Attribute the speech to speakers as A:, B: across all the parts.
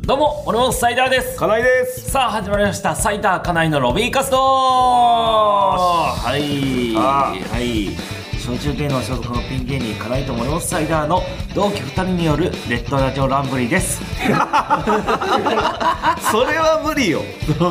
A: どうも俺もサイダーです
B: 金井です
A: さあ始まりましたサイダーかなのロビー活動はい
B: あー
A: はい小中芸能所属のピン芸人金井と森本サイダーの同期2人によるレッドラジオランブリーです
B: それは無理よ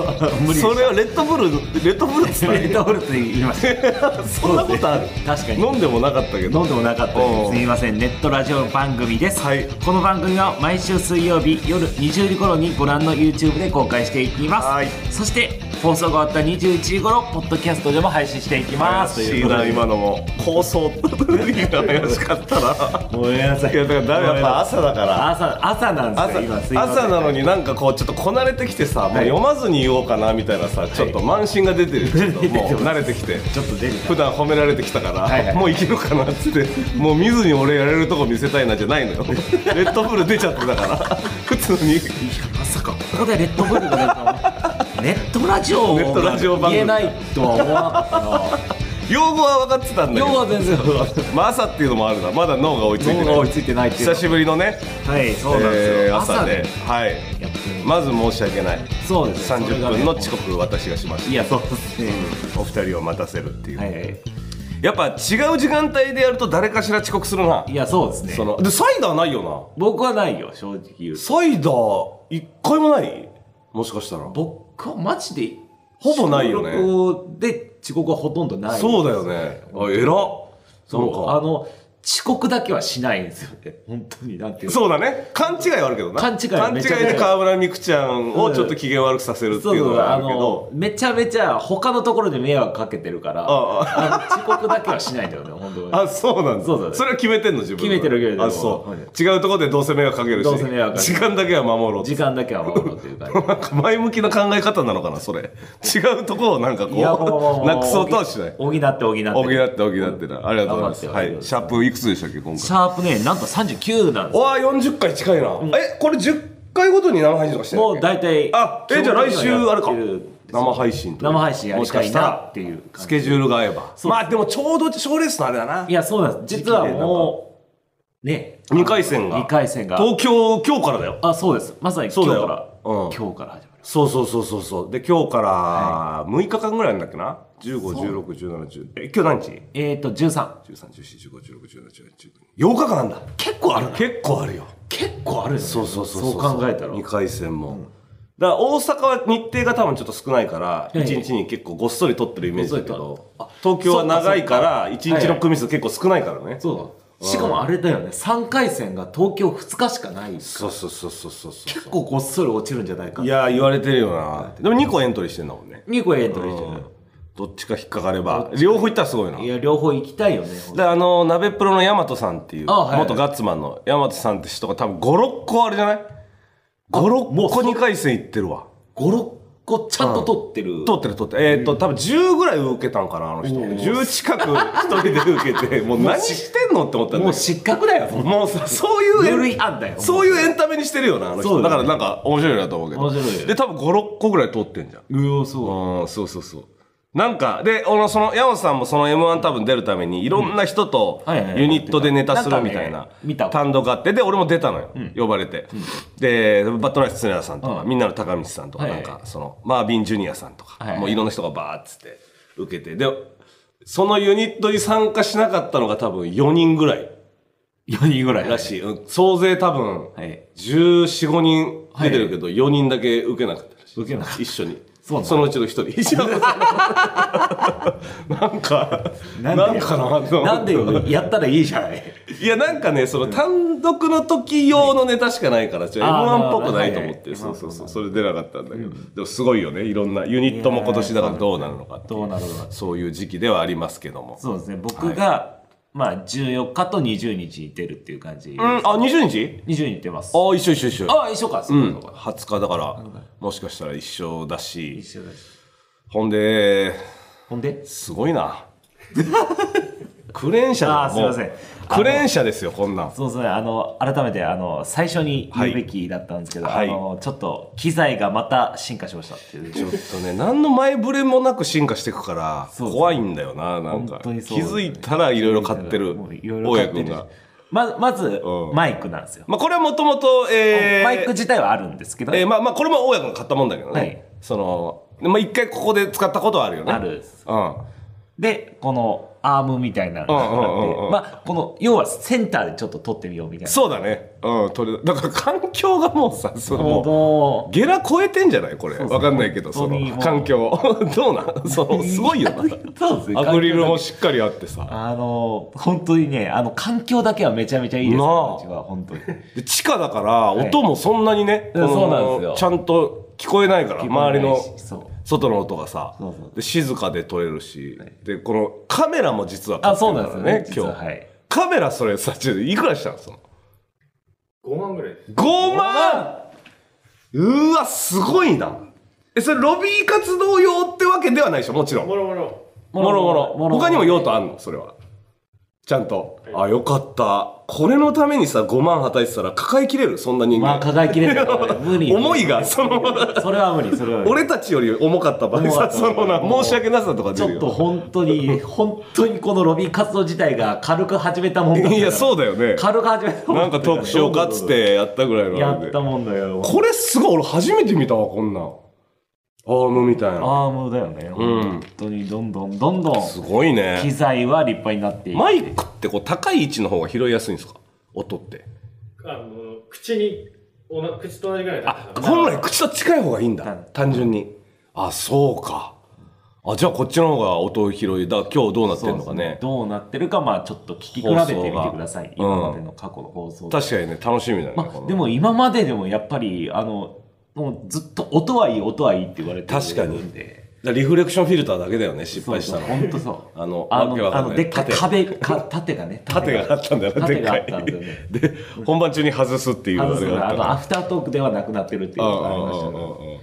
A: 無理
B: それはレッドブルレッドブルっつった
A: レッドブルって言いました
B: ら そんなことある
A: 確かに
B: 飲んでもなかったけど
A: 飲んでもなかった
B: お
A: で
B: う
A: すすみませんネットラジオ番組です、
B: はい
A: この番組は毎週水曜日夜20時頃にご覧の YouTube で公開していきます、
B: はい
A: そして放送が終わった21時頃ポッドキャストでも配信していきますと
B: 怪し
A: い
B: いう
A: こと
B: な
A: で
B: 今のも放送が怪し かったな
A: ごめんなさい
B: いやだからだめやっぱ朝だから
A: 朝朝なんですよ今すい
B: 朝
A: ません
B: 朝なのになんかこうちょっとこなれてきてさ、もう読まずに言おうかなみたいなさちょっと慢心が出てるちょっ ともう慣れてきて
A: ちょっと出るか
B: 普段褒められてきたから、
A: はいはい
B: もういけるかなっつってもう見ずに俺やれるとこ見せたいなじゃないのよ レッドブル出ちゃってたから普通に
A: らまさかここでレッドブルが出るとはネットラジオを
B: ネットラジオ番組
A: 言えないとは思わなか っ
B: 用語は分かってたん
A: た
B: だけ
A: な
B: ど
A: 要は全然
B: まあ朝っていうのもあるなまだ脳が追いついて
A: 脳が追いついてないっていうの
B: 久しぶりのね
A: はいそうなんですよ、
B: えー朝で
A: ね
B: はい
A: やってる
B: まず申し訳ない
A: そうですね
B: 30分の遅刻を私がしました
A: いやそうですね、
B: お二人を待たせるっていう、
A: はいはい
B: やっぱ違う時間帯でやると誰かしら遅刻するない
A: やそうですね
B: そのでサイダーないよ
A: 僕はないよ正直言う
B: な
A: と
B: サイダー一回もないもしかしたら
A: 僕はマジで
B: ほぼないよね
A: 収録で遅刻はほとんどない
B: そうだよねあ偉っ
A: そう
B: なん
A: あ
B: か
A: の遅刻だけはしないんですよ ね本当になんていうの
B: そうだね勘違いはあるけどな
A: 勘違いは
B: 勘違
A: め
B: い
A: ちゃめちゃ
B: で河村美空ちゃんをちょっと機嫌悪くさせるって
A: そう
B: いう
A: そ
B: の
A: う
B: があ
A: あ
B: るけ
A: の
B: ど
A: めちゃめちゃ他のところで迷惑かけてるから
B: あ
A: あの遅刻だけはしないん だよね本当に
B: あそうなんだ
A: そうだね
B: それは決めてんの自分で
A: 決めてる決めてる
B: あそう、
A: はい
B: 違うところでどうせ迷惑かけるし
A: どうせ迷惑かける
B: 時間だけは守ろうって
A: 時間だけは守ろうっていう感じ
B: なんか前向きな考え方なのかなそれ違うとこをなんかこ
A: いやもうもうも
B: う
A: う
B: なくそうとはしない
A: 補って補って
B: 補って補ってなありがとうございます
A: 頑
B: は
A: 張って
B: いシャープいくつでしたっけ今
A: シ
B: 回
A: ャープねなんと39なんです
B: わあ40回近いな、えこれ10回ごとに生配信とかしてんだ
A: もう
B: っけ
A: 大体
B: あえじゃあ来週あれか
A: やってる
B: 生配信という
A: 生配信やりたいなっていう
B: もしか
A: 感じ
B: したらスケジュールが合えば
A: そう
B: まあでもちょうど賞レースのあれだない
A: やそうなんです実はもうね
B: 2回戦が
A: 2回戦が
B: 東京今日からだよ
A: あそうですまさに今
B: そう
A: 日
B: だ
A: か
B: よ
A: ら
B: うん
A: 今日から始まります
B: そうそうそうそうそうで今日から6日間ぐらいなんだっけな15161710え今日何日
A: えっと13
B: ?1314151617181920日間あんだ
A: 結構ある
B: 結構あるよ
A: 結構あるよね
B: そうそうそう
A: そう考えたら
B: 2回戦も、だから大阪は日程が多分ちょっと少ないから
A: いはい
B: 1日に結構ごっそり取ってるイメージだけ
A: ごっ
B: ど
A: そりとあ
B: 東京は長いから1日
A: はいは
B: の
A: い
B: 組数結構少ないからね
A: そうだしかもあれだよね3回戦が東京2日しかない結
B: そうそうそうそうそうそう
A: 構ごっそり落ちるんじゃないか
B: いやー言われてるよなでも2個エントリーしてんだもんね
A: 2個エントリーして
B: う
A: る
B: んどっちか引っかかれば両方いったらすごいない
A: や両方行きたいよね
B: であの鍋プロの大和さんっていう
A: あはい
B: 元ガッツマンの大和さんって人が多分56個あれじゃない56個2回戦いってるわ
A: 56個ちゃんと取ってる
B: 通ってる通ってるえーっ、と多分10ぐらい受けたんかなあの人10近く一人で受 けてもう何してんのって思ったんだ
A: もう
B: け
A: 失格だよ
B: どもうさそういう
A: ルール
B: エ
A: 違
B: ン
A: 反だよ
B: そういうエンタメにしてるよなあの
A: そ
B: 人
A: うだ
B: だか
A: よ
B: ら
A: ね
B: なんか面白いなと思うけど
A: 面白いよ
B: で多分56個ぐらい通ってんじゃん
A: うおそう
B: うん、そうそうそう。なんか、で、あの、その、山本さんもその M1 多分出るために、いろんな人と
A: うんはいはいはい
B: ユニットでネタするみたい
A: なん
B: な
A: かね見た
B: 単独があって、で、俺も出たのよ。呼ばれて。で、バットナイス・ツネラさんとか、
A: うん
B: みんなの高道さんとか、
A: はい
B: な
A: は
B: ん
A: い
B: か、その、マービン・ジュニアさんとか
A: はいは、い
B: もういろんな人がバーっつって受けて、で、そのユニットに参加しなかったのが多分4人ぐらい
A: 4人ぐらい
B: らしい。うん総勢多分、
A: はい
B: 14、5人出てるけど、4人だけ受けなかったらしい。
A: 受けなかった
B: 一緒に。
A: そうなの
B: のうちの一 人。一緒になんか、
A: な
B: なんん
A: で
B: かなと思って
A: なんでよやったらいいじゃない
B: いや、なんかね、その単独の時用のネタしかないから、ちょっと
A: あー
B: M1 っぽくないと思っ
A: はいは
B: て、
A: い
B: そうそうそう、それ出なかったんだけど、でもすごいよね、いろんな、ユニットも今年だからどうなるのかっていう
A: どうなるのか
B: そういう時期ではありますけども。
A: そうですね僕が、まあ14日と20日に出るっていう感じ、
B: うん、あ、20日
A: 20日出ます
B: ああ、一緒一緒一緒。
A: ああ一緒かそううか
B: ん、
A: そうか
B: 20日だから、もしかしたら一緒だし、
A: 一緒だし
B: ほんで、
A: ほんです
B: ご いな。クレーン車だ
A: あーすいません
B: クレーン車ですよ、こんなん。
A: そうですねあの改めてあの最初に言うべきだったんですけど、
B: はい
A: あのちょっと機材がまた進化しましたっていう
B: ちょっとね、何の前触れもなく進化していくから、
A: そうですね
B: 怖いんだよな、なんか。
A: 本当にそう
B: 気づいたらいろいろ買ってる
A: もう、いろいろ
B: 大
A: 買っ
B: 家
A: て
B: 君
A: るし
B: が。
A: ままず、
B: うん
A: マイクなんですよ、
B: まあ、これはもともと、えー、
A: マイク自体はあるんですけど、
B: えーまあまあこれも大家君が買ったもんだけどね、
A: はい
B: そのまあ一回ここで使ったことはあるよね
A: あるです
B: うん
A: でこのアームみたいなのが
B: うんうんうん
A: あ
B: う
A: っ
B: ん
A: てまあこの要はセンターでちょっと撮ってみようみたいな
B: そうだねうん取れだから環境がもうさその
A: もう
B: もう
A: も
B: ゲラ超えてんじゃないこれ
A: そうそう
B: わかんないけどそ
A: 本当にも
B: の
A: う
B: 環境 どうなんそのすごいよ
A: う
B: な
A: そうですね
B: アクリルもしっかりあってさ
A: あの本当にねあの環境だけはめちゃめちゃいいです
B: なあ
A: うちは本当に
B: で地下だから
A: い
B: 音もそんなにね、
A: うん
B: この
A: そうなんですよ
B: ちゃんと聞こえないから周りの
A: そう
B: 外の音がさ
A: そうそう
B: で静かで撮れるし、でこのカメラも実は買
A: あ
B: って
A: そ
B: る
A: う
B: か
A: なん
B: ら
A: ですよね実
B: 今
A: は
B: 日、
A: はい
B: カメラそれさちょっといくらしたのその
C: 5万ぐらいです
B: 5万うわすごいなえそれロビー活動用ってわけではないでしょもちろん
C: もろもろ
B: もろもろ他にも用途あんのそれはちゃんとあよかったこれのためにさ5万はたいてたら抱えきれるそんな人
A: ま
B: 間、
A: あ抱えきれないから ね無理
B: 思いがその
A: それは無理それは無理
B: 俺たちより重かった場合
A: 重か
B: さ
A: った
B: そのな
A: もう
B: 申し訳なさとか
A: ち
B: 出
A: ょっ
B: るよ
A: と本当に本当にこのロビー活動自体が軽く始めたもんだから
B: いやそうだよね
A: 軽く始めたもんだ
B: なんかトークしようかっつってやったぐらいの
A: や
B: なんで
A: ったもんだよ
B: これすごい俺初めて見たわこんなんアームみたいな
A: アームだよね本当にどんどんどんどん
B: すごい
A: 機
B: ね
A: 材は立派になっていく
B: マイクってこう高い位置の方が拾いやすいんですか音って
C: あの口におな口と同じぐらいだ
B: あ本来口と近い方がいいんだ
A: うん
B: 単純にあそうかあじゃあこっちの方が音を拾いだから今日どうなってんのかね
A: どうなってるかまあちょっと聞き比べてみてください
B: 放送が
A: 今までの過去の放送
B: 確かにね楽しみだね、
A: ま
B: この
A: あ、でも今まででもやっぱりあのもうずっと音はいい音はいいって言われてる
B: 確かに
A: んで
B: だからリフレクションフィルターだけだよね失
A: そう
B: 敗し
A: そ
B: た
A: う
B: の
A: 本当そう
B: あの
A: あ
B: わけわ
A: の
B: か
A: あ
B: んな
A: の
B: い
A: でっかい
B: 縦
A: 壁か縦がね
B: 縦があったんだよなで
A: 縦
B: っ
A: が
B: か
A: あ
B: い
A: ったんだよね
B: で本番中に外すっていう
A: あ
B: あ
A: の
B: れ
A: そうあ
B: があった
A: のア
B: な
A: フタートークではなくなってるっていう
B: う
A: の
B: ん
A: がありましたけ
B: うん
A: ど
B: うんうんうん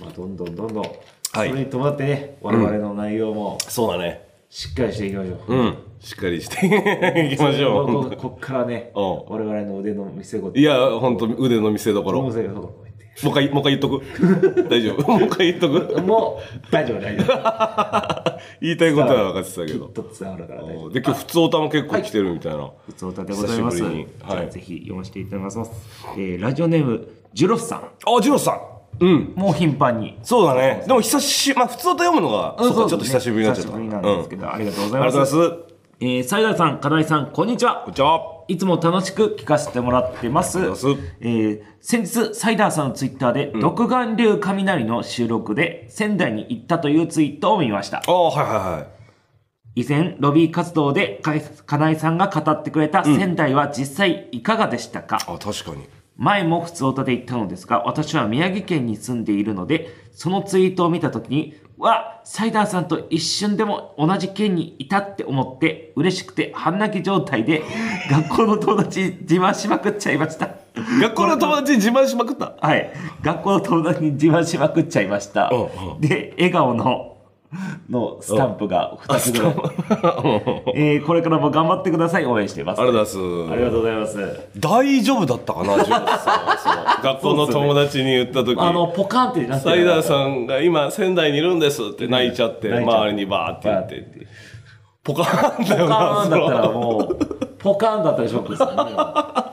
A: まあどんどんどんどん、
B: はい
A: それに伴ってね我々の内容も
B: そうだね
A: しっかりしていきましょう、
B: うんしっかりして いきましょう
A: こここっからね
B: うん
A: 我々の腕の見せ事
B: いや、ほんと、腕の見せ所。
A: ど
B: も
A: う
B: う
A: せどうせ
B: 一回、もう一回言っとく。大丈夫。もう 一回言っと く。
A: もう大丈夫大丈夫
B: 言いたいことは分かってたけ
A: き
B: ど
A: っ。と伝わるから大丈夫
B: で、今日、普通歌も結構来てるみたいな。
A: 普通歌でございま
B: 久
A: す。
B: しぶりには
A: じ
B: い
A: ゃあぜひ読ませていただきます。えーラジオネーム、ジュロフさん。
B: あ、ジロスさん。うん。
A: もう頻繁に。
B: そうだね。でも、久し、まあ、普通歌読むのが、そうか、ちょっと久しぶりになっちゃっ
A: 久
B: た。
A: しぶりなん
B: う
A: ですけど、ありがとうござい
B: あ
A: ま
B: りがと
A: す。
B: うございます。
A: えー、サイダーさん、金井さん、こんにちは。
B: こんにちは。
A: いつも楽しく聞かせてもらってます。え
B: りがとうございます
A: ー先日、サイダーさんのツイッターで、独眼流雷の収録で仙台に行ったというツイートを見ました。
B: ああ、はいはいはい。
A: 以前、ロビー活動でかい金井さんが語ってくれた仙台は実際いかがでしたか、
B: あ、確かに。
A: 前も普通歌で言ったのですが、私は宮城県に住んでいるので、そのツイートを見たときに、わサイダーさんと一瞬でも同じ県にいたって思って、嬉しくて半泣き状態で、学校の友達に自慢しまくっちゃいました。
B: 学校の友達に自慢しまくった。
A: はい。学校の友達に自慢しまくっちゃいました
B: うんう。
A: で、笑顔の、のスタンプが2つぐらい。えーこれからも頑張ってください。応援しています。
B: あ
A: あ
B: り
A: り
B: がとうございます。
A: がとうございます。
B: 大丈夫だったかな、ジロスさん。その学校の友達に言った時
A: あの、ポカンってなって
B: サイダー
A: ん。
B: さんが今仙台にいるんですって泣いちゃって
A: 泣いちゃう
B: 周りにバーって言っ
A: バーって
B: ポカーンだ
A: ポ
B: よ
A: カー
B: な
A: ン
B: そ
A: だったら
B: の
A: もう、ポカーンだったらショックですよね。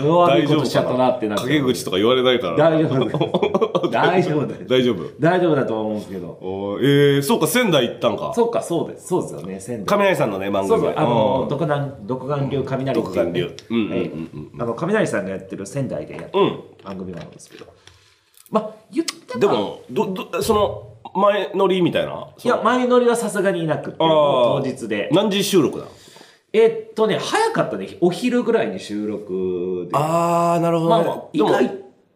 A: うわ悪いことしちゃったなってなっちゃう
B: 陰口とか言われないから
A: 大丈夫です。大丈夫です。
B: 大丈夫
A: 大丈夫だと思うんですけど。
B: おーえー、そうか仙台行ったんか
A: そうか、そうです。そうですよね、仙台。
B: 雷さんのね番
A: そ
B: 組
A: うそう、あ
B: う
A: の、
B: ん
A: 独眼独眼流雷っていう、ね。
B: 独眼流うんうん
A: はいあの、雷さんがやってる仙台でやって
B: うん
A: る番組なんですけど。まあ、言って
B: でもどどその前乗りみたいない
A: や、前乗りはさすがにいなくて、
B: あー
A: もう当日で。
B: 何時収録だ
A: えっとね、早かったね。お昼ぐらいに収録で。
B: ああなるほ
A: まあ
B: ね
A: まあ、意
B: でも
A: 外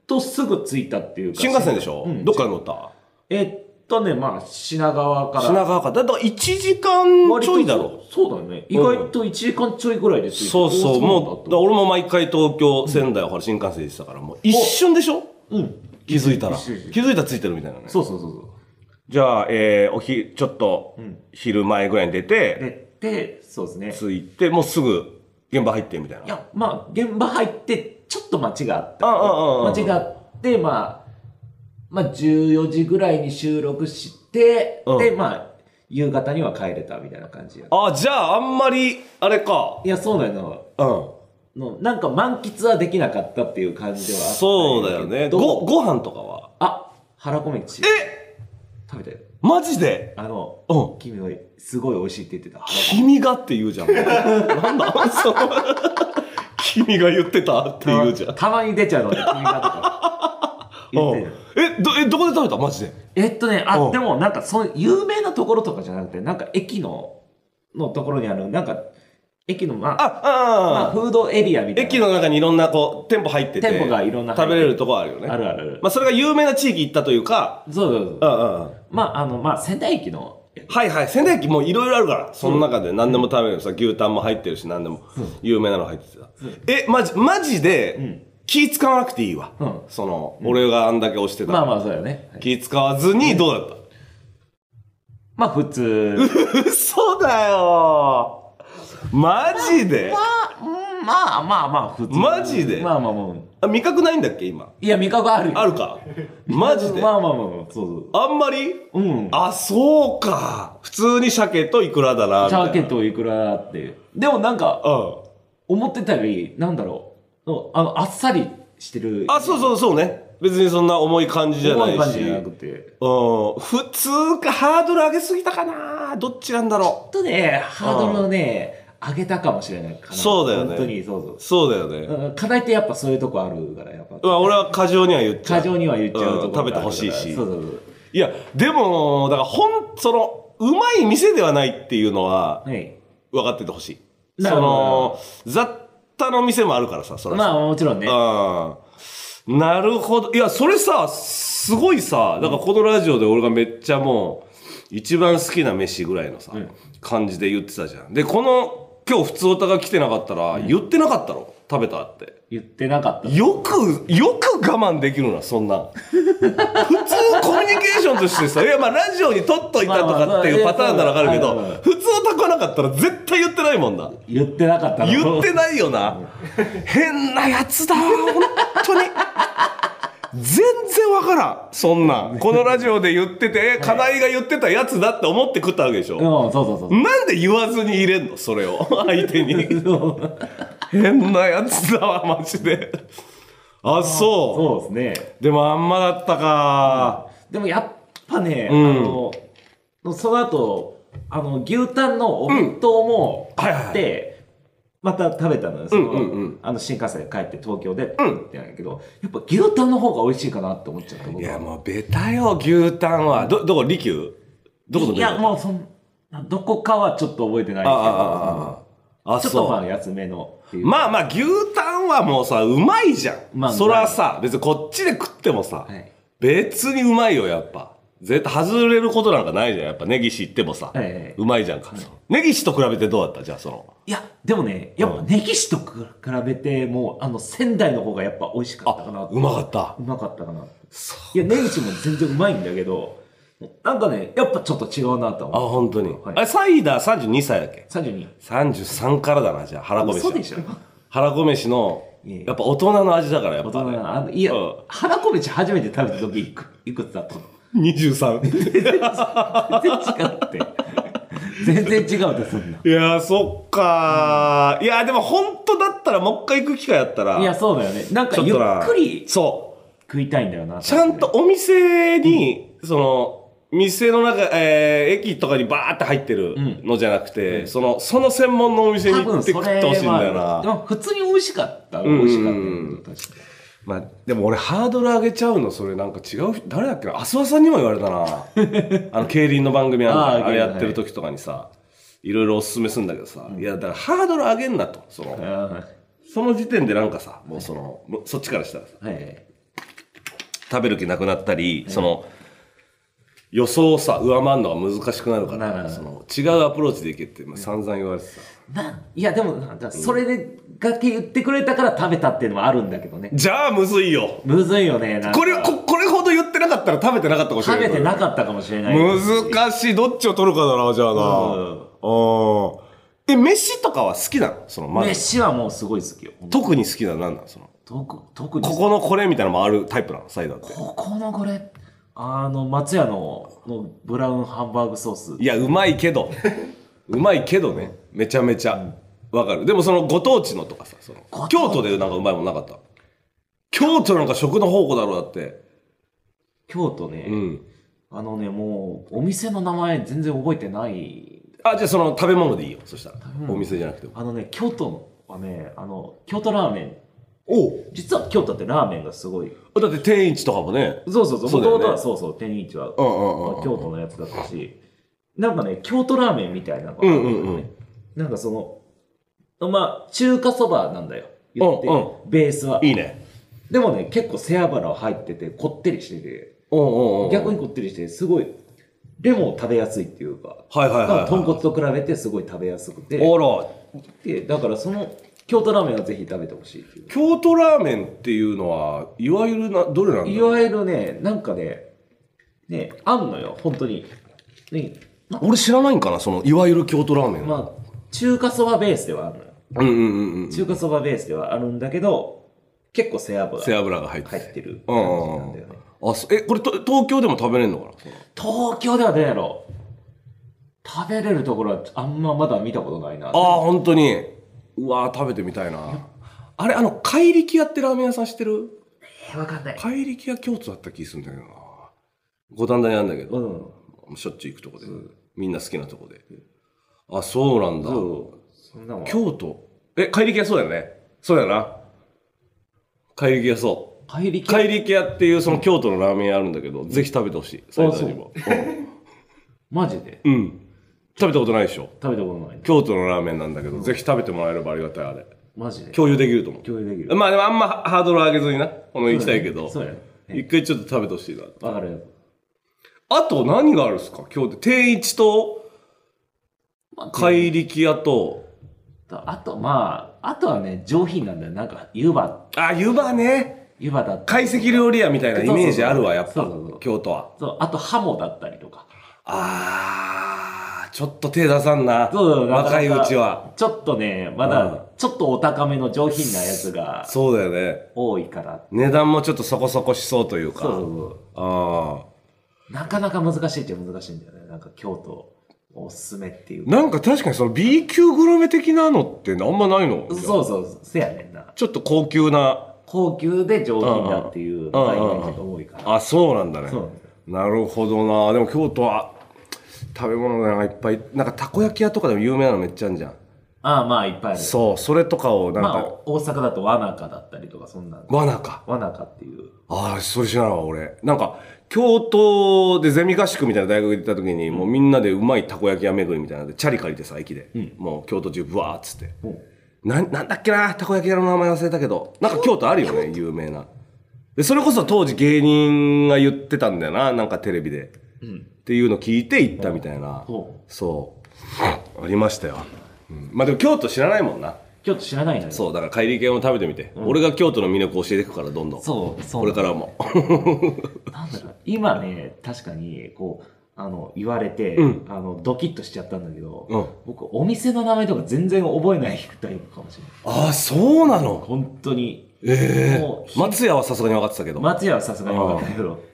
A: とすぐ着いたっていうか。
B: 新幹線でしょ、
A: うん
B: どっから乗った
A: えっとね、まあ、品川から。
B: 品川かだから1時間ちょいだろ
A: 割とそうそうだね。意外と1時間ちょいぐらいで着いた。
B: そうそう、もう、だから
A: う。
B: 俺も毎回東京、仙台をほら新幹線でしたから、もう一瞬でしょ
A: うん。
B: 気づいたら。
A: 一
B: 気
A: 瞬一瞬
B: づいたらついてるみたいなね。
A: そうそうそうそう。
B: じゃあ、えー、おひ、ちょっと、昼前ぐらいに出て、
A: で、で、そうですね。
B: 着いて、もうすぐ、現場入ってみたい
A: い
B: な。
A: や、まあ、現場入って、ちょっと待ちがあった。
B: ああああああ
A: 待ちがあって、まあ、まあ、14時ぐらいに収録して、
B: うん
A: で、まあ、夕方には帰れたみたいな感じや
B: あ、じゃああんまり、あれか。
A: いやそうなの
B: うん。
A: のなんか満喫はできなかったっていう感じではあった
B: そうだよね。ご、
A: ご
B: ご飯とかは
A: あ腹こめち
B: え
A: 食べたよ
B: マジで
A: あの
B: うん。
A: 君はすごい美味しいって言ってた腹こ
B: 君が って言う じゃん。なんだそう君が言ってたって言うじゃん。
A: たまに出ちゃうのね君がとか言って
B: う
A: る
B: んえ、ど、え、どこで食べたマジで。
A: えっとね、あ、
B: うん
A: でもなんかそういう有名なところとかじゃなくて、なんか駅の、のところにある、なんか、駅のまあ、まあ
B: あ、ああ。
A: フードエリアみたいな。
B: 駅の中にいろんなこう、店舗入ってて。
A: 店舗がいろんな入っ
B: 食
A: て
B: べれるとこあるよね。
A: あるあるある。
B: まあ、それが有名な地域行ったというか、
A: そうそうそ
B: う
A: う。
B: んうんうん。
A: まあ、あの、まあ、仙台駅の、
B: はいはい。仙台駅もいろいろあるから、その中で何でも食べれるさ、牛タンも入ってるし、何でも、有名なの入ってた。え、マジ、マジ
A: ん
B: で、気使わなくていいわ
A: うん。
B: その、俺があんだけ押して
A: まあ
B: た。
A: まあ、そうだよね。はい
B: 気使わずに、どうだっ
A: まあ、普通。
B: た嘘だよマジで
A: まあ、うんまあまあまあ、普通。
B: マジで
A: まあまあまあ。
B: あ味覚ないんだっけ今。
A: いや、味覚あるよ
B: あ るか。マジで
A: まあまあまあまあ、そう
B: あんまり
A: そう。うん。
B: あ、そうか。普通に鮭とイクラだな。み
A: チ
B: たい
A: ャ
B: な
A: ーケットいくらっていう。でもなんか、
B: うん。
A: 思ってたより、なんだろう。のあの、あっさりしてる。
B: あ、そうそうそうね。別にそんな重い感じじゃないし。
A: 重感じじゃなくて。
B: うん。普通か、ハードル上げすぎたかなどっちなんだろ
A: ちょっとね、ハードルをね、上げたかもしれないかな。
B: そうだよね
A: 本当に、そう
B: う。そうだよね。
A: そう。うん課題ってやっぱそういうとこあるから、やっぱ。
B: うわ、俺は過剰には言っちゃ
A: 過
B: う。
A: 剰には言っちゃうところがあるから、
B: うん食べてほしいし
A: そうそうそう。
B: いや、でも、だから、ほん、その、うまい店ではないっていうのは、
A: はい。
B: 分かっててほしい。
A: な
B: そ
A: るほど
B: の、雑多の店もあるからさ、それ
A: まあもちろんね。
B: あ、うん。なるほど。いや、それさ、すごいさ、だからこのラジオで俺がめっちゃもう、一番好きな飯ぐらいのさ、
A: うん
B: 感じで言ってたじゃん。で、この、今日普通おたが来てなかったら、言ってなかったろ食べたって。
A: 言ってなかった。
B: よく、よく我慢できるな、そんなん。普通コミュニケーションとしてさ、いや、まあラジオに撮っといたとかっていうパターンならわかるけ
A: まあまあま
B: ど
A: あ、
B: 普通おた来なかったら絶対言ってないもんな。
A: 言ってなかったな
B: 言ってないよな。変なやつだ、本当に。全然わからん、そんなん。このラジオで言ってて、え金井が言ってたやつだって思って食ったわけでし
A: うん
B: ょ。、
A: そうそうそう。
B: なんで言わずに入れんのそれを。相手に。
A: そう
B: 変なやつだわ、マジで。あ、そ
A: そうですね。
B: う。でもあんまだったか。
A: でもやっぱね、
B: うん
A: あの、その後、あの、牛タンのお弁当も
B: うんはい
A: 買
B: は
A: っ
B: い
A: て、また食べたのよ。そ
B: うん
A: の
B: うんうん
A: あの、新幹線で帰って東京で、ってなんやけど、やっぱ牛タンの方が美味しいかなって思っちゃった。僕はい
B: や、もうベタよ、牛タンは。ど、どこ、利休どこと
A: いや、もうそんな、どこかはちょっと覚えてない
B: あ
A: け
B: あ
A: ど、
B: ああ、ああ。あ、
A: ちょっとま
B: そ
A: あ
B: う。
A: 安めのっていう。
B: まあまあ、牛タンはもうさ、うまいじゃん。
A: まあ
B: そらさ、別にこっちで食ってもさ、
A: はい
B: 別にうまいよ、やっぱ。絶対外れることなんかないじゃん。やっぱ、根岸行ってもさ、
A: はいはいう
B: まいじゃんか。根岸と比べてどうだったじゃあ、その。
A: いや、でもね、やっぱネギシと比べても、あの、仙台の方がやっぱ美味しかったかな
B: あ、うまかった
A: う。まかったかな。いや、ネギシも全然うまいんだけど、なんかね、やっぱちょっと違うなと
B: あ、
A: 思う。
B: 本当に。
A: はい
B: あれ、サイダー32歳だっけ
A: 32。
B: 33からだな、じゃあ、腹ごめし
A: 嘘で
B: は。
A: しょ
B: 腹ごめしの、
A: いえ
B: やっぱ大人の味だから、やっ
A: 大
B: ぱ。
A: 人な、あの、いや
B: うん、
A: 腹こめち初めて食べた時いく、いくつだったの
B: 23。
A: 全然違う って。全然違うってそんな。
B: いやー、そっかー。いやー、でも本当だったら、もう一回行く機会あったら、
A: いや、そうだよね。なん
B: ち
A: か
B: ょっ
A: ゆ
B: とな
A: っくり
B: そう。
A: 食いたいんだよな。
B: ちゃんと。お店に、その、店の中、えー、駅とかにバーって入ってるのじゃなくて、その、その専門のお店に
A: 多
B: 行
A: 分
B: って
A: そ
B: 食っ
A: れ
B: てほしいんだよ
A: は、で
B: な。
A: も普通に美味しかった。美
B: ん
A: 味しかったんだけど。確か
B: まあ、でも俺ハードル上げちゃうの、それなんか違う、誰だっけな、あすわさんにも言われ たな。あの、競輪の番組あるじゃん
A: あー
B: あれやってる時とかにさ、いろいろおすすめするんだけどさ、いや、だからハードル上げんなと、そ
A: に
B: の、
A: あ
B: その時点でなんかさ、もうその、もうそっちからしたらさ、
A: ーはい。
B: 食べる気なくなったり、その予想をさ上回るのが難しくなるか
A: なるほ
B: ら
A: ど
B: その違うアプローチでいけって、まあ、散々言われてた、
A: ないや、でも、なんかそれで、だけ言ってくれたから食べたっていうのもあるんだけどね。
B: じゃあむずいよ
A: むずいよね。なんか
B: これここれほど言ってなかったら食べてなかったかもしれ
A: 食
B: ない
A: べてなかったかもしれない。
B: 難しいどっちを取るかだなじゃあなうんえ飯とかは好きなのそのまず
A: 飯はもうすごい好きよ。
B: 特に好きなの何なのその
A: 特特に
B: ここのこれみたいなのもあるタイプなのサイダーって
A: ここのこれあの、松屋ののブラウンハンバーグソース。
B: いやうまいけどうまいけどねめちゃめちゃわかるでもそのご当地のとかさその京都でなんかうまいもんなかった京都なんか食の宝庫だろうだって
A: 京都ね、
B: うん
A: あのね、もう、お店の名前全然覚えてない。
B: あじゃあその食べ物でいいよそしたら
A: べ物
B: お店じゃなくても
A: あのね、京都はね、あの、京都ラーメン。
B: お
A: 実は京都ってラーメンがすごい。
B: おだって天一とかもね
A: そうそうそう、
B: そう
A: もと
B: だ
A: も
B: よね
A: とはそうそう、天一は、
B: うんうんうん
A: 京都のやつだったし、なんかね、京都ラーメンみたいなのがあ
B: う
A: る
B: ん
A: だよ
B: う
A: ね
B: んうん
A: なんかその、まあ、中華そばなんだよ。言って、
B: うん
A: ベースは。
B: いいね
A: でもね、結構背脂は入ってて、こってりしてて、
B: うんうんうん
A: 逆にこってりして、すごい、でも食べやすいっていうか、
B: はいはいはいはい、
A: まあ豚骨と比べてすごい食べやすくて、
B: あら
A: でだからその京都ラーメンはぜひ食べてほしいっていう
B: 京都ラーメンっていうのはいわゆるなどれなんだ
A: いわゆるねなんかねねあんのよ本当にね
B: 俺知らないんかなそのいわゆる京都ラーメンは、
A: まあ中華そばベースではあるのよ
B: うんうんうんうん
A: 中華そばベースではあるんだけど結構背脂
B: 背
A: が
B: 脂が入ってて
A: 入ってる
B: うん
A: 感
B: う
A: じなん
B: うん
A: んだよね
B: あそえこれと東京でも食べれるのかな
A: 東京ではどうやろう食べれるところはあんままだ見たことないな
B: ああ本当にうわー食べてみたいなあれあの怪力屋ってラーメン屋さん知ってる
A: えわかんない
B: 怪力屋京都だった気するんだけどな五反田にあるんだけど
A: うん
B: しょっちゅう行くとこでみんな好きなとこであそうなんだ
A: そうそんなもん
B: 京都え怪力屋そうだよねそうだよな怪力屋そう
A: 帰り
B: 怪力屋っていうその京都のラーメン屋あるんだけど、ぜひ食べてほしい
A: そ
B: 斉
A: う
B: 藤にも
A: マジで
B: うん、うん食べたことないでしょ
A: 食べたことない
B: 京都のラーメンなんだけど、ぜひ食べてもらえればありがたいあれ
A: マジで
B: 共有できると思
A: 共有できる
B: うまあでもあんまハードル上げずになこの行きたいけど、
A: そうやねね
B: 一回ちょっと食べてほしいな
A: わかるよ。
B: あと何があるんですか京都天一と
A: まあ、
B: 怪力屋と
A: とあと、まあ、あとはね、上品なんだよ。なんか、湯葉、
B: あ湯葉ね
A: 湯葉だった
B: 懐
A: り。
B: 石料理屋みたいなイメージあるわやっ
A: そう
B: ぱ
A: そうそう
B: 京都は
A: そう、あと、ハモだったりとか。
B: あーちょっと手出さんな
A: そうなかなか
B: 若いうちは
A: ちょっとね、ま
B: うん
A: だ、ちょっとお高めの上品なやつが
B: そうだよね
A: 多いから。
B: 値段もちょっとそこそこしそうというか
A: そうそう
B: あ
A: そう。なかなか難しいっちゃ難しいんだよね。なんか、京都、おすすめっていう
B: あ。なんか確かにその B 級グルメ的なのってあんまないの
A: そううそう、せやねんな。
B: ちょっと高級な
A: 高級で上品だっていうのがイメージが多いから。
B: あそうなんだね
A: そうなんだよ
B: なるほどなでも京都は食べ物がいっぱいなんかたこ焼き屋とかでも有名なのめっちゃあるじゃん
A: ああ、まあ、いっぱいある。
B: そうそれとかをなん
A: ま
B: か、
A: あ、大阪だと、わなかだったりとか、そんなん。
B: わなか
A: わなかっていう。
B: ああそれ知らないわ俺なんか京都でゼミ合宿みたいな大学行った時に、もうみんなでうまいたこ焼き屋巡りみたいなのでチャリ借りてさ駅で、もう京都中ブワーっつって、ななんだっけなたこ焼き屋の名前忘れたけどなんか京都あるよね有名なでそれこそ当時芸人が言ってたんだよななんかテレビで、っていうの聞いて行ったみたいな、
A: ほ
B: そうありましたよ、うんまあでも京都知らないもんな
A: 京都知らないのよ。
B: そうだから帰り系も食べてみて、俺が京都の魅力を教えていくからどんどん
A: そう、そう。
B: これからも
A: なんだろう。今ね、確かに、こう、あの、言われて、
B: うん
A: あの、ドキッとしちゃったんだけど、
B: うん
A: 僕、お店の名前とか全然覚えないタイプかもしれない。
B: ああそうなの
A: 本当に。
B: え
A: もう、
B: 松屋はさすがに分かってたけど、
A: 松屋はさすがに分かったけど、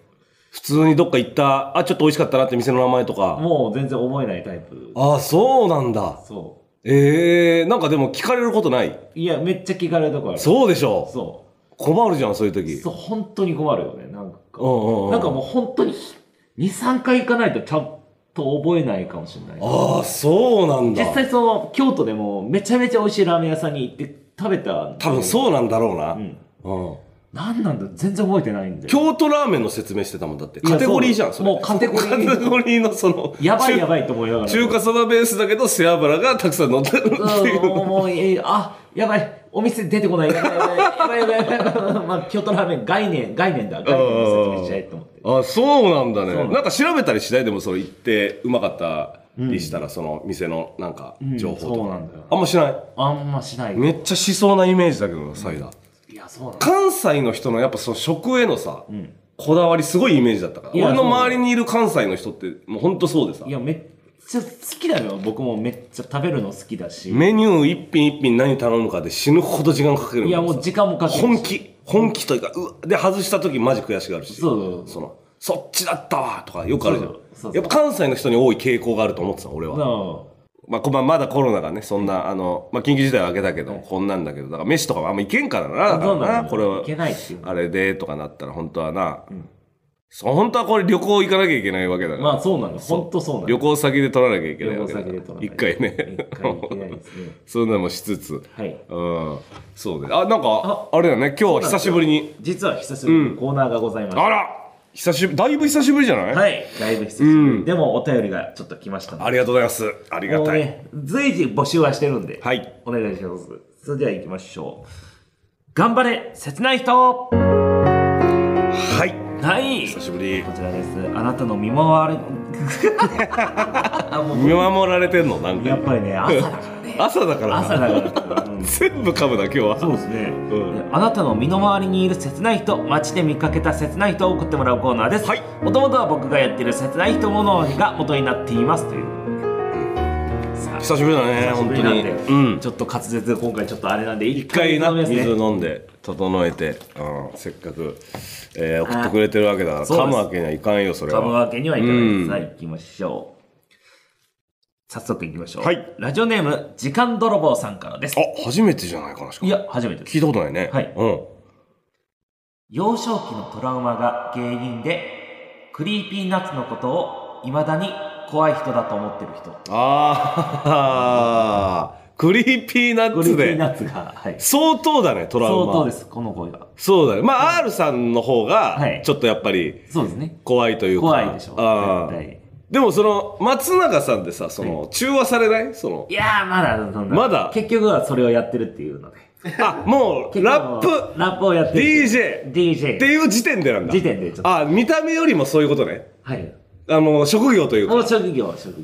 B: 普通にどっか行ったあちょっと美味しかったなって店の名前とか
A: もう全然覚えないタイプ。
B: ああそうなんだ
A: そ。
B: ええなんかでも聞かれることないう
A: いや、めっちゃ気軽なとこある。
B: そうでしょ
A: そう
B: 困るじゃんそういう
A: う。
B: 時
A: そう、本当に困るよね。なんか、
B: うんうんうん
A: なんかもう本当に、2、3回行かないとちゃんと覚えないかもしれない。
B: ああそうなんだ
A: 実際その京都でもめちゃめちゃ美味しいラーメン屋さんに行って食べた
B: 多分
A: う、
B: そうなんだろうな、
A: うん、
B: うん
A: 何なんだ全然覚えてないんだよ
B: 京都ラーメンの説明してたもんだってカテゴリーじゃんそれ
A: もうカテゴリー
B: カテゴリーのその
A: やばいや
B: い
A: ばいと思いながら
B: 中華そばベースだけど背脂がたくさん乗ってるって
A: う
B: い
A: ん
B: う、
A: もうもうえーあやばいお店出てこないやばいやばいやばいやばいやばいまあ京都ラーメン概念概念だ概念の説明しちゃえと思って
B: あそうなんだね
A: そうなんだ
B: なんか調べたりしないでもそれ行ってうまかったりしたら、その店のなんか情報とか、
A: うんそうなんだよ
B: あんましない
A: あんましない
B: めっちゃしそうなイメージだけどなサイダー
A: いやそうなんだ
B: 関西の人のやっぱその食へのさ、
A: ん
B: こだわりすごいイメージだったから
A: いや
B: 俺の周りにいる関西の人ってもうほんとそうでさ
A: いやめっちゃ好きだよ僕もめっちゃ食べるの好きだし
B: メニュー一品一品何頼むかで死ぬほど時間かける
A: いやも
B: う
A: う時間もかけるし
B: 本気本気というかうわで外した時マジ悔しがるし
A: そうそうそう
B: そのそっちだったわとかよくあるじゃん
A: そうそうそう
B: やっぱ関西の人に多い傾向があると思ってたの俺は、
A: な
B: まあこまあ、まだコロナがねそんな、あの、まあ、緊急事態は明けたけど、こんなんだけどだから飯とかはあんま行けんからなだ
A: あ
B: から
A: そうな
B: なん
A: だ
B: これはい
A: けないっていう
B: あれでとかなったら本当はな、そう本当はこれ旅行行かなきゃいけないわけだから、
A: まあそうなの本当そうなの
B: 旅行先で取らなきゃいけない
A: 旅
B: わ
A: 行
B: けだ
A: 先
B: から
A: でと
B: 一回ね
A: 一回いけないですね
B: そういうのもしつつ
A: はい
B: うんそうねあなんかあれだね今日は久しぶりに
A: 実は久しぶりにコーナーがございます、
B: あら久しぶりだいぶ久しぶりじゃない、
A: はいだいぶ久しぶり、
B: うん
A: でもお便りがちょっと来ましたので
B: ありがとうございますありが
A: もう
B: たい、
A: ね随時募集はしてるんで
B: はい
A: お願いしますそれでは行きましょう頑張れ切ない人
B: はい
A: はい
B: 久しぶり
A: こちらですあなたの見 回りあもう
B: 見守られてんのなん
A: や
B: か
A: っぱりね朝だからね
B: 朝だから
A: 朝だ から、うん
B: 全部噛むな今日は
A: そうですね、
B: ん
A: あなたの身の回りにいる切ない人街で見かけた切ない人を送ってもらうコーナーです
B: はい
A: もともとは僕がやっている切ない人ものが元になっていますというさあ
B: 久しぶりだね
A: 久し
B: 本
A: ぶ
B: 当
A: りなん
B: に
A: で
B: うん
A: ちょっと滑舌が今回ちょっとあれなんで一
B: 一回な
A: 飲みますね
B: 水飲んで整えて、うん、せっかく、えー送ってくれてるわけだから
A: そうです
B: 噛むわけにはいかんよそれ
A: 噛む
B: は
A: わけにはいかないです
B: うん
A: さあ行きましょう早速行きましょう、
B: はい
A: ラジオネーム時間泥棒さんからです
B: あ初めてじゃないかなしか
A: い
B: も
A: や初めてです
B: 聞いたことないね
A: はい
B: うん
A: 幼少期のトラウマが原因でクリーピーナッツのことをいまだに怖い人だと思ってる人
B: あー クリーピーナッ
A: クリ
B: ツ
A: ーピー
B: で
A: ナッツがはい
B: 相当だねトラウ
A: 相
B: マ
A: 当ですこの声が
B: そうだねまあ R さんの方
A: は
B: が
A: い
B: ちょっとやっぱり
A: そうですね
B: 怖いというか
A: 怖いでしょ
B: あ
A: 絶
B: ー
A: 対
B: でもその松永さんでさその中和されないその
A: いやーまだそんな
B: まだ
A: 結局はそれをやってるっていうので
B: あもう
A: 結局
B: ラッ
A: は
B: プ
A: ラップをやってる
B: DJ っ
A: DJ
B: ていう時点でなんだ
A: 時点でちょっと
B: あ見た目よりもそういうことね
A: はい
B: あの職業という
A: もう
B: か
A: 職業は職業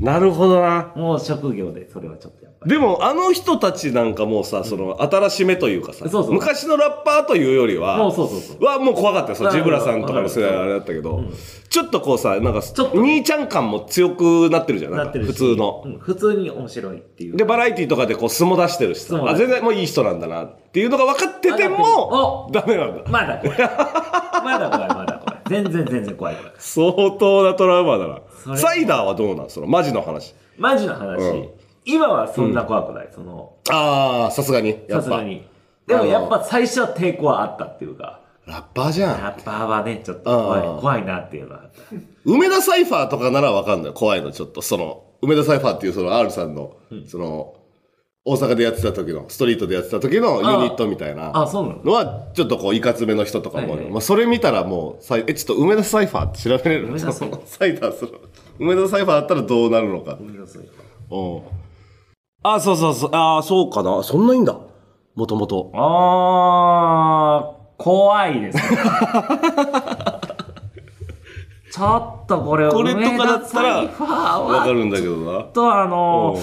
B: なるほどな
A: もう職業でそれはちょっとやっぱり
B: でもあの人たちなんかもうさその新しめというかさ
A: そうそう
B: 昔のラッパーというよりは
A: もうそうそうそう
B: はもう怖かったよそう
A: だか
B: ジ
A: ら
B: ブラさんとかの世代はあれだったけど、ちょっとこうさなんか兄ちゃん感も強くなってるじゃんな
A: なんって
B: か
A: るし
B: 普通の、
A: うん普通に面白いっていう
B: でバラエティーとかでこう素も出してるしさ
A: 素も
B: あ
A: 出して
B: 全然もういい人なんだなっていうのが分かっててもダメなんだ
A: まだ怖いまだ怖いまだ怖い全然全然怖い怖い
B: 相当なトラウマだ
A: そ
B: な
A: れ
B: サイダーはどうなんそのマジの話
A: マジの話、
B: うん
A: 今はそんな怖くない、その
B: ああさすがに
A: さ
B: やっ
A: すが
B: ぱ
A: にで
B: あ
A: も
B: の
A: やっぱ最初は抵抗はあったっていうか
B: ラッパーじゃん
A: ラッパーはねちょっと怖
B: ああ
A: い怖いなっていうのはあった
B: 梅田サイファーとかならわかんない怖いのちょっとその梅田サイファーっていうその R さんの、その大阪でやってた時のストリートでやってた時のユニットみたいな
A: あそうなの
B: のはちょっとこういかつめの人とかも、
A: はいはい
B: まあ、それ見たらもうさいえちょっと梅田サイファーって調べれ る
A: 梅田サイファー
B: そのサイダーする梅田サイファーだったらどうなるのかうんあそうそうそうあそうかなそんないいんだもともと
A: あー怖い ですねちょっとこれ
B: これとかだったら
A: 梅田サイファー
B: わ
A: は
B: かるんだけどな
A: ちょっとあの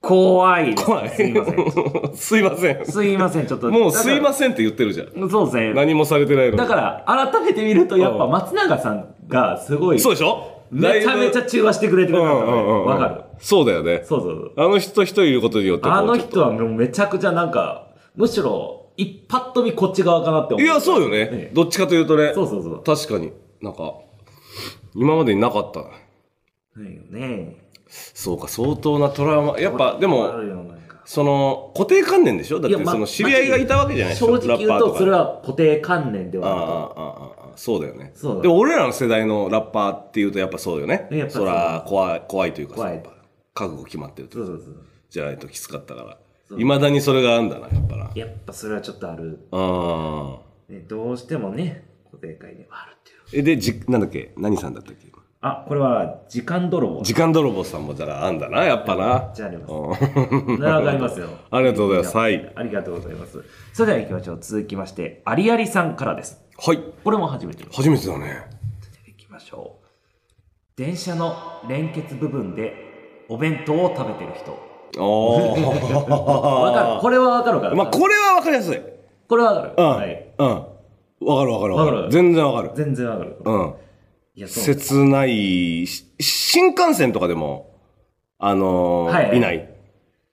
A: 怖いです
B: 怖い
A: すいません
B: すいません
A: すいませんちょっと
B: もうすいま
A: せ
B: せんって言ってるじゃん
A: んそうですね
B: 何もされてないのに
A: だから改めて見るとやっぱ松永さんがすごい
B: そうでしょ
A: めちゃめち
B: ゃ
A: ゃ中和してくれてるからわかる
B: そうだよね
A: そうそうそう
B: あの人一人いることによってこう
A: あの
B: ちょっと
A: 人はもうめちゃくちゃなんかむしろ一発と見こっち側かなって思うい
B: いやそうよねどっちかというとね
A: そうそうそう
B: 確かになんか今までになかったな
A: ないよね
B: そうか相当なトラウマやっぱで
A: あ
B: も
A: るよなんか
B: その固定観念でしょだっ
A: いや
B: て
A: ま
B: その知り合いがいたわけじゃないでしょ
A: 正直言うとそれ
B: は
A: は固定観念で
B: ああ
A: はなかっ
B: ああああそうだよね
A: そうだ
B: でも俺らの世代のラッパーっていうとやっぱそうよね
A: やっぱそ
B: そうら怖い怖いというかさ
A: 怖い
B: やっぱ覚悟決まってる
A: たそう
B: と
A: そうそう
B: じゃないときつかったからいまだにそれがあるんだなやっぱな
A: やっぱそれはちょっとある、
B: ああ。
A: ね、どうしてもね固定観念はあるっていう
B: え、で、じ、なんだっけ何さんだったっけ
A: あこれは時間泥棒
B: 時間泥棒さんもじゃあ、あんだな、やっぱな。
A: じゃああります
B: うん
A: わかりますよ。
B: ありがとうございますはい。
A: ありがとうございます。それでは行きましょう。続きまして、ありありさんからです。
B: はい。
A: これも初めてです。
B: 初めてだね。
A: 行きましょう。電車の連結部分でお弁当を食べてる人。
B: ああ。
A: わかる。これはわかるから。
B: まあ、これはわかりやすい。うん。
A: これはわかる。
B: うん。わ
A: は
B: か
A: い。
B: るわかるわか
A: わか
B: る。
A: る
B: 全然わかる。
A: 全然わかる。
B: うん。
A: いや、そう。
B: 切ないし、新幹線とかでも、あのー
A: はいはい
B: いない。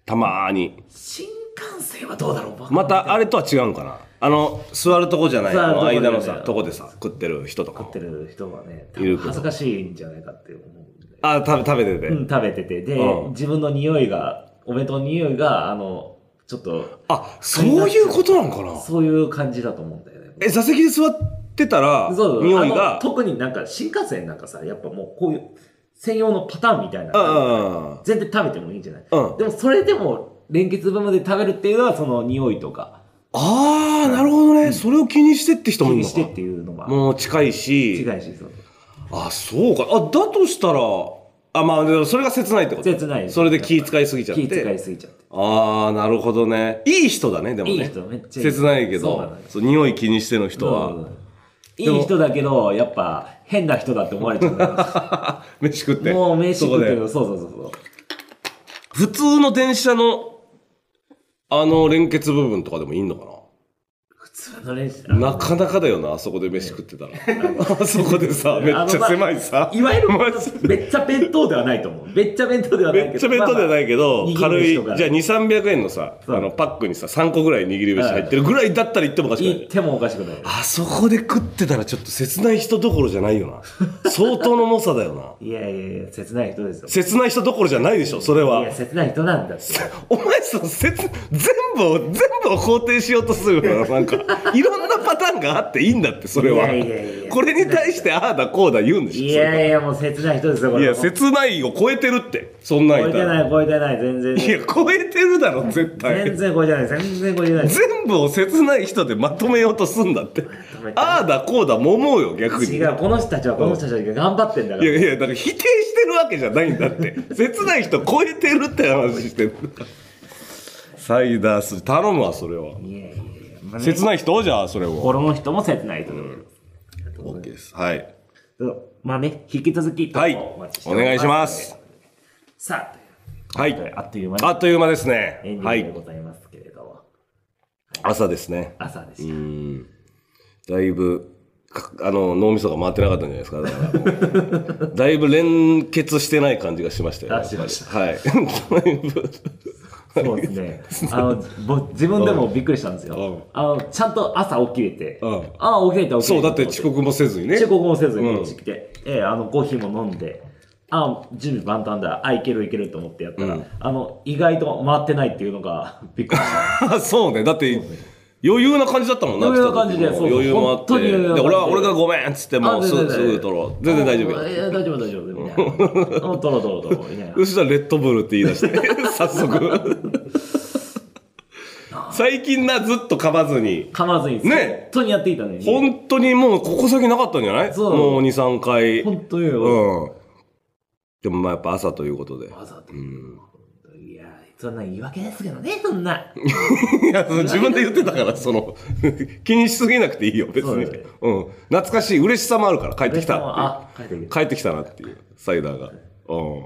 B: たまーに。
A: 新幹線はどうだろう
B: また、あれとは違うんかな。あの座るとこじゃない
A: 座る
B: あ
A: とこ
B: の
A: じゃない
B: 間のさとこでさ食ってる人とか
A: 食ってる人はね、多
B: い
A: 分
B: るけど
A: 恥ずかしいんじゃないかって思うんで。
B: あ食べ食べてて、
A: うん、食べてて。で、
B: うん
A: 自分の匂いが、お弁当の匂いが、あの、ちょっと、
B: あそういうことなんかな
A: そういう感じだと思うんだよね。
B: え座席で座ってたら
A: そうそう
B: 匂い
A: あの
B: が
A: 特になんか新幹線なんかさ、やっぱもうこういう専用のパターンみたいな。
B: うん
A: 全然食べてもいいんじゃない
B: うん
A: でもそれでも連結部まで食べるっていうのはその匂いとか
B: ああなるほどね、それを気にしてって
A: 気
B: 人もいる
A: に
B: の
A: し
B: か
A: てっていうのは
B: もう近いし
A: 違いしそう
B: あそうかあだとしたらあまあでもそれが切ないってこと
A: 切ない
B: それで気使いすぎちゃって
A: 気遣いすぎちゃって
B: ああなるほどねいい人だねでもね
A: いい人めっちゃいい
B: 切ないけ
A: そうなの
B: ど
A: よ
B: そう匂い気にしての人は、
A: うんいい人だけどやっぱ変な人だって思われちゃうか
B: 飯食って
A: らもう名刺
B: そこ
A: 食って
B: で
A: るそうそうそうそう
B: 普通の電車のあの連結部分とかでもいいのか
A: 普通の練習
B: ななかなかだよなあそこで飯 食ってたら、あそこでさめっちゃ狭いさ
A: いわゆる
B: マジで
A: めっちゃ弁当ではないと思うめっちゃ弁当ではないけど
B: めっちゃ弁当じゃないけど、
A: まあまあ
B: 軽いじ
A: 握り飯とか
B: ゃあ2300円のさあ
A: そう
B: のパックにさ3個ぐらい握り飯入ってるぐらいだったら行ってもおかしくない
A: 行ってもおかしくない
B: あそこで食ってたらちょっと切ない人どころじゃないよな相当の猛者だよない
A: やいやいや切ない人ですよ
B: 切ない人どころじゃないでしょそれ
A: い
B: は
A: や切ない人なんだって
B: お前さ切全部を全部を肯定しようとするからなんかいろんなパターンがあっていいんだってそれはい
A: やいやいや
B: これに対してああだこうだ言うんでしょ
A: いやいや、もう切ない人ですよ、こ
B: それ
A: れ。
B: いや切ないを超えてるってそんなん
A: 超
B: い
A: え
B: た
A: て
B: ら
A: ない、超えてない、全然。
B: いや超えてるだろ絶対
A: 全然超えてない、全然超えてない。
B: 全部を切ない人でまとめようとすんだって
A: めて
B: ああだこうだも思うよ逆に
A: 違う、この人たちはこの人たちが頑張ってんだか
B: い
A: ら。
B: やいや、だから否定してるわけじゃないんだって。切ない人超えてるって話してる。サイダース、頼むわ、それは。
A: いやいやいや、まあね
B: 切ない人をじゃあ、それを。
A: 心の人も切ない人だけど
B: OK です。はい。
A: まあね、引き続き、
B: はい
A: お待ちして
B: お
A: おり
B: 願いします。。
A: さあ、
B: は
A: という
B: い。
A: あっという間
B: あ
A: に
B: っという間です
A: エン
B: ね。
A: デ
B: は
A: ィング
B: い。
A: でございますけれども、
B: 朝ですね。
A: 朝で
B: う
A: し
B: ーん。だいぶ、かあの、脳みそが回ってなかったんじゃないですか。だからもう だいぶ連結してない感じがしましたよ。。
A: あしました
B: はい。だい ぶ。
A: た。そうですね。あの、ぼ自分でもびっくりしたんです
B: うん
A: よ。あの、ちゃんと朝起きれて
B: うん、
A: ああ、起きれた、起きれた。
B: そう、だって遅刻もせずにね。
A: 遅刻もせず
B: う
A: に
B: ん
A: こっち来て、ええあのコーヒーも飲んであ準備万端だあいけるいけると思ってやったら、
B: うん
A: あの意外と回ってないっていうのが びっくりした
B: あ そうね。だって、余裕な感じだったもんな。
A: 余裕な感じで
B: 来た時
A: そ
B: も
A: うそう
B: 余裕もあっ
A: 本当に
B: て。
A: 余裕な感
B: で、
A: じで
B: 俺は、俺がごめんっつって、も
A: あ
B: うす
A: 全然
B: ぐ、すぐ取ろう。全然大丈夫
A: い
B: よ。
A: や大丈夫大丈夫みたいなうん取ろう取ろう取ろうみたいな
B: そしたらレッドブルって言い出して、 早速。最近な、ずっと噛まずに。
A: 噛まずに
B: ね
A: 本当にやっていたのに
B: 本当にもう、ここ先なかったんじゃない
A: そう
B: もう2、3回。
A: 本当よ、
B: うん。でもまあやっぱ朝ということで。
A: わざと、いやそんな言い訳ですけどねそんない
B: や、その自分で言ってたから、その、気にしすぎなくていいよ、別
A: そう
B: に。
A: だね
B: うん。懐かしい、嬉しさもあるから、帰ってきたっていう。
A: あ帰ってき
B: 帰ってきたなっていう、サイダーが。うん。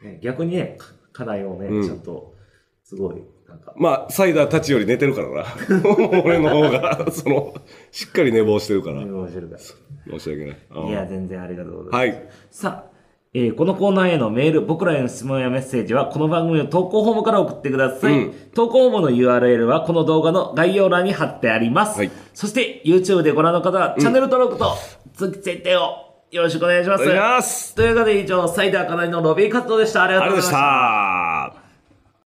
A: た、ね、逆にねか課題をね、
B: うん
A: ちゃんとすごいなんか
B: まあ、サイダーたちより寝てるからな。 俺の方が、その、しっかり寝坊してるから。
A: 面白いから
B: 申し訳ない。うん
A: いや、全然ありがとうございます。
B: はい。
A: さあ、えーこのコーナーへのメール、僕らへの質問やメッセージは、この番組の投稿フォームから送ってください。
B: うん
A: 投稿フォームの URL は、この動画の概要欄に貼ってあります。
B: はい
A: そして、YouTube でご覧の方は、チャンネル登録と、通知設定をよろしくお願いします。
B: お願いします
A: ということで、以上、サイダーかなりのロビー活動でした。ありが
B: あ
A: とう
B: りがと
A: ござ
B: うござ
A: い
B: い
A: まし。
B: ましたた。